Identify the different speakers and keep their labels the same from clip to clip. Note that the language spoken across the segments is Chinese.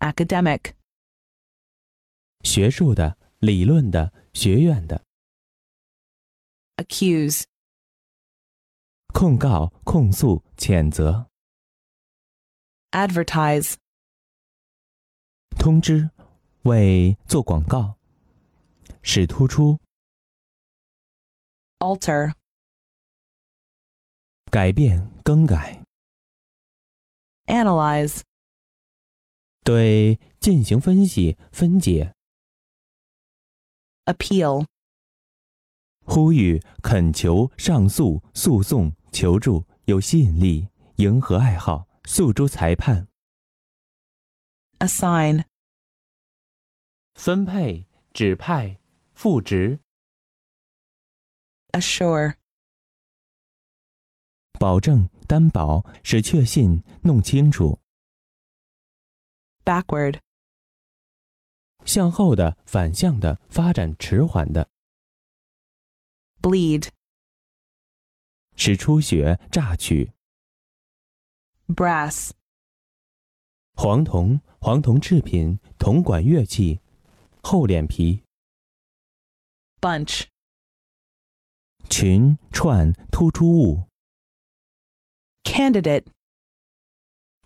Speaker 1: academic,
Speaker 2: 学术的、理论的、学院的。
Speaker 1: accuse,
Speaker 2: 控告、控诉、谴责、
Speaker 1: advertise,
Speaker 2: 通知、为做广告、使突出、
Speaker 1: alter,
Speaker 2: 改变、更改、
Speaker 1: analyze,
Speaker 2: 对进行分析、分解、
Speaker 1: appeal,
Speaker 2: 呼吁、恳求、上诉、诉讼、求助，有吸引力，迎合爱好，诉诸裁判。
Speaker 1: assign,
Speaker 2: 分配、指派、赋职、
Speaker 1: assure,
Speaker 2: 保证、担保，使确信、弄清楚。
Speaker 1: backward,
Speaker 2: 向后的、反向的、发展迟缓的，
Speaker 1: bleed,
Speaker 2: 使出血、榨取。
Speaker 1: brass,
Speaker 2: 黄铜、黄铜制品、铜管乐器、厚脸皮、
Speaker 1: bunch,
Speaker 2: 群串突出物、
Speaker 1: candidate,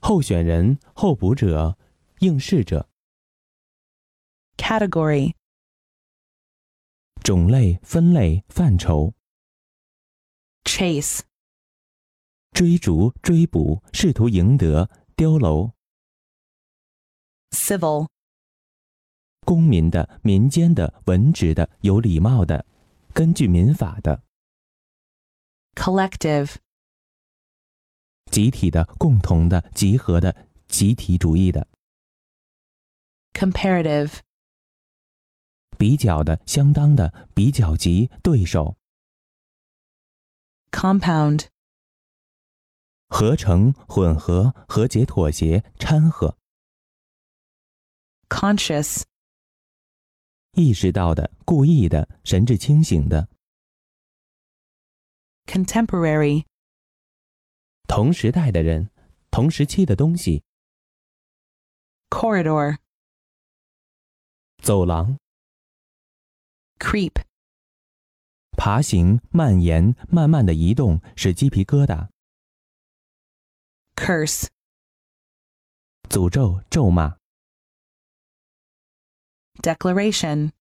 Speaker 2: 候选人、候补者、应试者、
Speaker 1: category,
Speaker 2: 种类、分类、范畴、
Speaker 1: chase,
Speaker 2: 追逐、追捕、试图赢得、丢楼、
Speaker 1: civil,
Speaker 2: 公民的、民间的、文职的、有礼貌的、根据民法的、
Speaker 1: collective,
Speaker 2: 集体的、共同的、集合的、集体主义的、
Speaker 1: comparative,
Speaker 2: 比较的、相当的、比较级、对手、
Speaker 1: compound,
Speaker 2: 合成、混合、和解、妥协、掺和。
Speaker 1: conscious,
Speaker 2: 意识到的、故意的、神志清醒的，
Speaker 1: contemporary,
Speaker 2: 同时代的人，同时期的东西，
Speaker 1: corridor,
Speaker 2: 走廊、
Speaker 1: creep,
Speaker 2: 爬行、蔓延、慢慢的移动，使鸡皮疙瘩、
Speaker 1: curse,
Speaker 2: 诅咒、咒骂、
Speaker 1: declaration,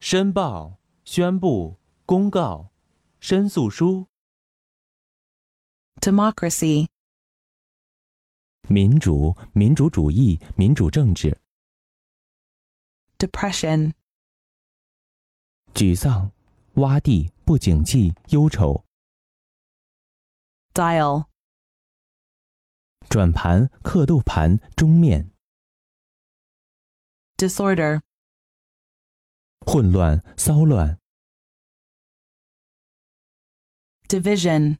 Speaker 2: 申报、宣布、公告、申诉书、
Speaker 1: democracy,
Speaker 2: 民主、民主主义、民主政治、
Speaker 1: depression,
Speaker 2: 沮丧、洼地、不景气、忧愁、
Speaker 1: dial,
Speaker 2: 转盘、刻度盘、钟面、
Speaker 1: disorder,
Speaker 2: 混乱、骚乱、
Speaker 1: division,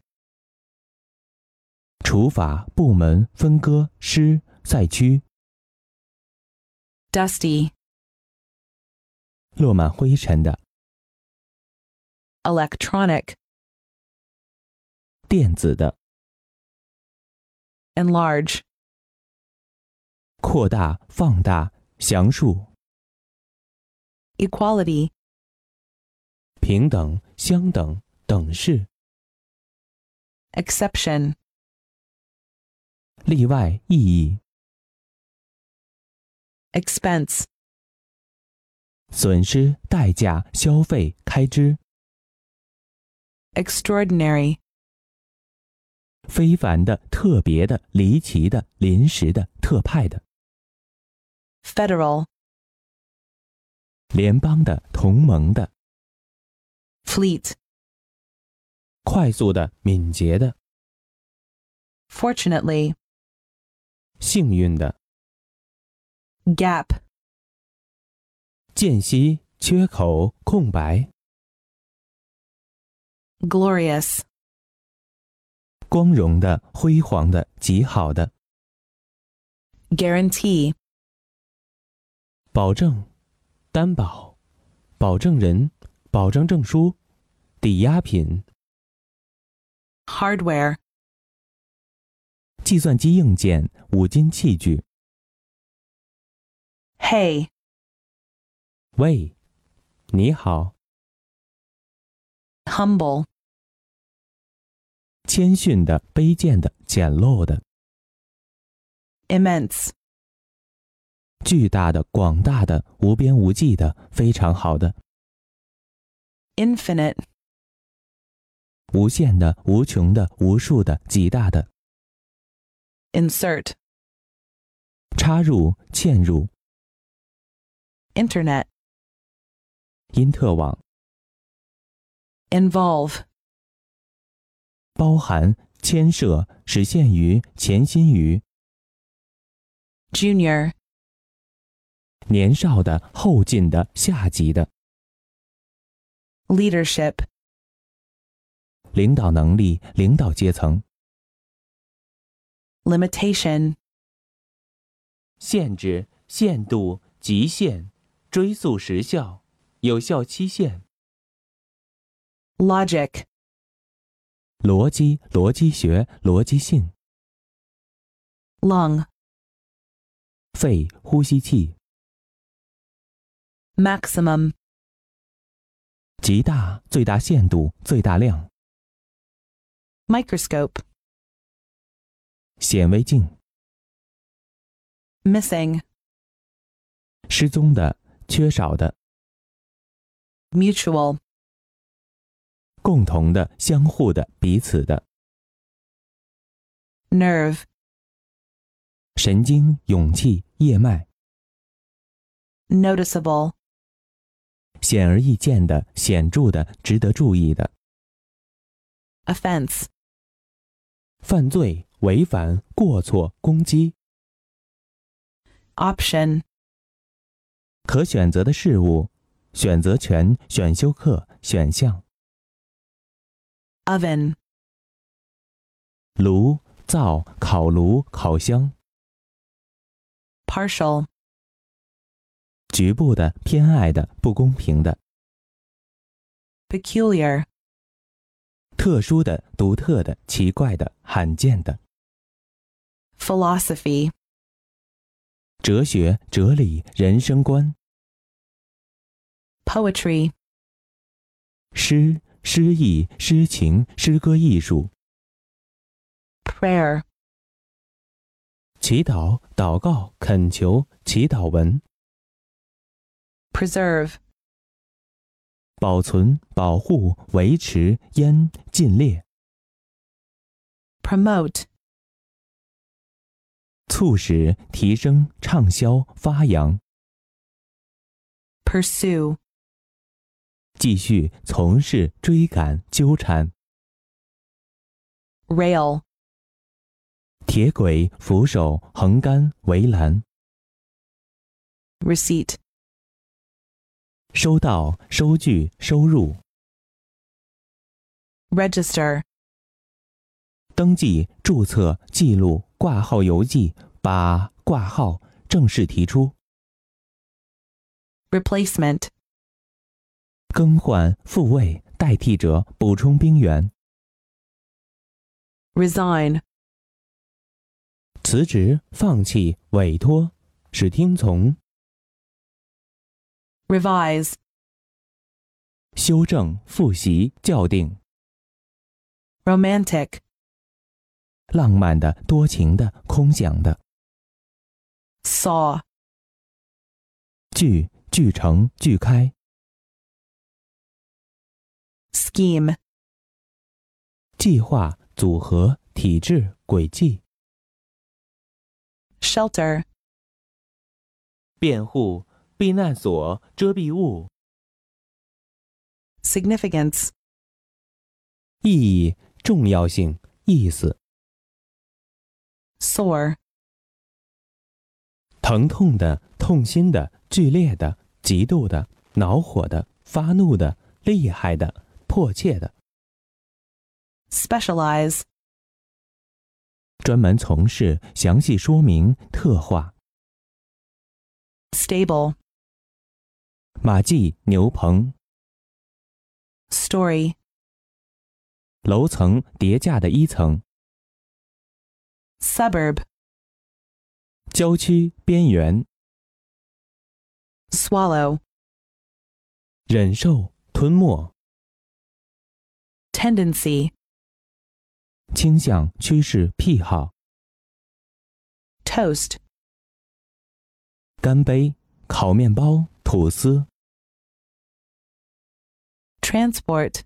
Speaker 2: 除法、部门、分割、师、赛区。
Speaker 1: dusty,
Speaker 2: 落满灰尘的
Speaker 1: electronic,
Speaker 2: 电子的，
Speaker 1: enlarge,
Speaker 2: 扩大、放大、详述、
Speaker 1: equality,
Speaker 2: 平等、相等、等式、
Speaker 1: exception,
Speaker 2: 例外、意义、
Speaker 1: expense,
Speaker 2: 损失、代价、消费、开支、
Speaker 1: extraordinary,
Speaker 2: 非凡的、特别的、离奇的、临时的、特派的、
Speaker 1: federal,
Speaker 2: 联邦的、同盟的、
Speaker 1: fleet,
Speaker 2: 快速的、敏捷的、
Speaker 1: fortunately,
Speaker 2: 幸运的、
Speaker 1: gap,
Speaker 2: 间隙、缺口、空白、
Speaker 1: glorious,
Speaker 2: 光荣的、辉煌的、极好的、
Speaker 1: guarantee,
Speaker 2: 保证、担保、保证人、保证证书、抵押品、
Speaker 1: hardware,
Speaker 2: 计算机硬件、五金器具、
Speaker 1: Hey,
Speaker 2: 喂，你好，
Speaker 1: humble,
Speaker 2: 谦逊的、卑贱的、简陋的、
Speaker 1: immense,
Speaker 2: 巨大的、广大的、无边无际的、非常好的、
Speaker 1: infinite,
Speaker 2: 无限的、无穷的、无数的、极大的、
Speaker 1: insert,
Speaker 2: 插入、嵌入、
Speaker 1: internet,
Speaker 2: 因特网、
Speaker 1: involve,
Speaker 2: 包含、牵涉、始限于、潜心于、
Speaker 1: junior,
Speaker 2: 年少的、后进的、下级的、
Speaker 1: leadership,
Speaker 2: 领导能力、领导阶层、
Speaker 1: limitation,
Speaker 2: 限制、限度、极限、追溯时效、有效期限、
Speaker 1: logic,
Speaker 2: 逻辑、逻辑学、逻辑性、
Speaker 1: lung,
Speaker 2: 肺、呼吸器、
Speaker 1: maximum,
Speaker 2: 极大、最大限度、最大量、
Speaker 1: microscope,
Speaker 2: 显微镜、
Speaker 1: missing,
Speaker 2: 失踪的、缺少的、
Speaker 1: mutual,
Speaker 2: 共同的、相互的、彼此的、
Speaker 1: nerve,
Speaker 2: 神经、勇气、叶脉、
Speaker 1: noticeable,
Speaker 2: 显而易见的、显著的、值得注意的、
Speaker 1: offense,
Speaker 2: 犯罪、违反、过错、攻击、
Speaker 1: option,
Speaker 2: 可选择的事物、选择权、选修课、选项、
Speaker 1: oven,
Speaker 2: 炉、灶、烤炉、烤箱、
Speaker 1: partial,
Speaker 2: 局部的、偏爱的、不公平的、
Speaker 1: peculiar,
Speaker 2: 特殊的、独特的、奇怪的、罕见的、
Speaker 1: philosophy,
Speaker 2: 哲学、哲理、人生观、
Speaker 1: poetry,
Speaker 2: 诗、诗意、诗情、诗歌艺术、
Speaker 1: prayer,
Speaker 2: 祈祷、祷告、恳求、祈祷文、
Speaker 1: preserve,
Speaker 2: 保存、保护、维持、淹、禁猎、
Speaker 1: promote,
Speaker 2: 促使、提升、畅销、发扬。
Speaker 1: pursue,
Speaker 2: 继续从事、追赶、纠缠、
Speaker 1: rail,
Speaker 2: 铁轨、扶手、横杆、围栏、
Speaker 1: receipt,
Speaker 2: 收到、收据、收入、
Speaker 1: register,
Speaker 2: 登记、注册、记录、挂号邮寄、把挂号正式提出、
Speaker 1: replacement,
Speaker 2: 更换、复位、代替者、补充兵员、
Speaker 1: resign,
Speaker 2: 辞职、放弃、委托、使听从、
Speaker 1: revise,
Speaker 2: 修正、复习、校订、
Speaker 1: romantic,
Speaker 2: 浪漫的、多情的、空想的、
Speaker 1: saw,
Speaker 2: 聚、聚成、聚开。
Speaker 1: scheme,
Speaker 2: 计划、组合、体制、轨迹、
Speaker 1: shelter,
Speaker 2: 辩护、避难所、遮蔽物、
Speaker 1: significance,
Speaker 2: 意义、重要性、意思、
Speaker 1: sore,
Speaker 2: 疼痛的、痛心的、剧烈的、极度的、恼火的、发怒的、厉害的、迫切的，
Speaker 1: specialize,
Speaker 2: 专门从事、详细说明、特化。
Speaker 1: stable,
Speaker 2: 马季、牛棚、
Speaker 1: story,
Speaker 2: 楼层叠加的一层，
Speaker 1: suburb,
Speaker 2: 郊区边缘，
Speaker 1: swallow,
Speaker 2: 忍受、吞没、
Speaker 1: tendency,
Speaker 2: 倾向、趋势、癖好、
Speaker 1: toast,
Speaker 2: 干杯、烤面包、吐司、
Speaker 1: transport,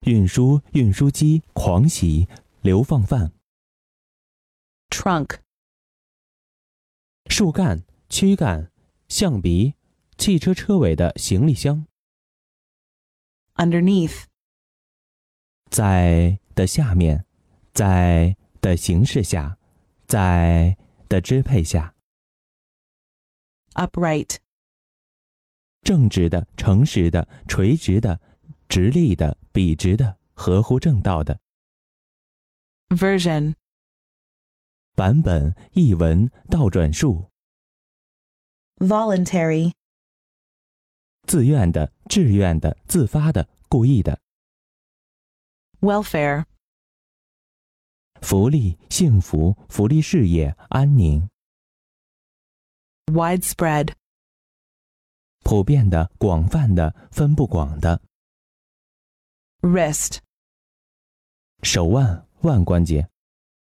Speaker 2: 运输、运输机、狂喜、流放犯、
Speaker 1: trunk,
Speaker 2: 树干、躯干、象鼻、汽车车尾的行李箱，
Speaker 1: underneath,
Speaker 2: 在的下面，在的形式下，在的支配下，
Speaker 1: upright,
Speaker 2: 正直的、诚实的、垂直的、直立的、笔直的、合乎正道的。
Speaker 1: version,
Speaker 2: 版本、译文、倒转述、
Speaker 1: voluntary,
Speaker 2: 自愿的、志愿的、自发的、故意的、
Speaker 1: welfare,
Speaker 2: 福利、幸福、福利事业、安宁、
Speaker 1: widespread,
Speaker 2: 普遍的、广泛的、分布广的、
Speaker 1: wrist,
Speaker 2: 手腕、腕关节、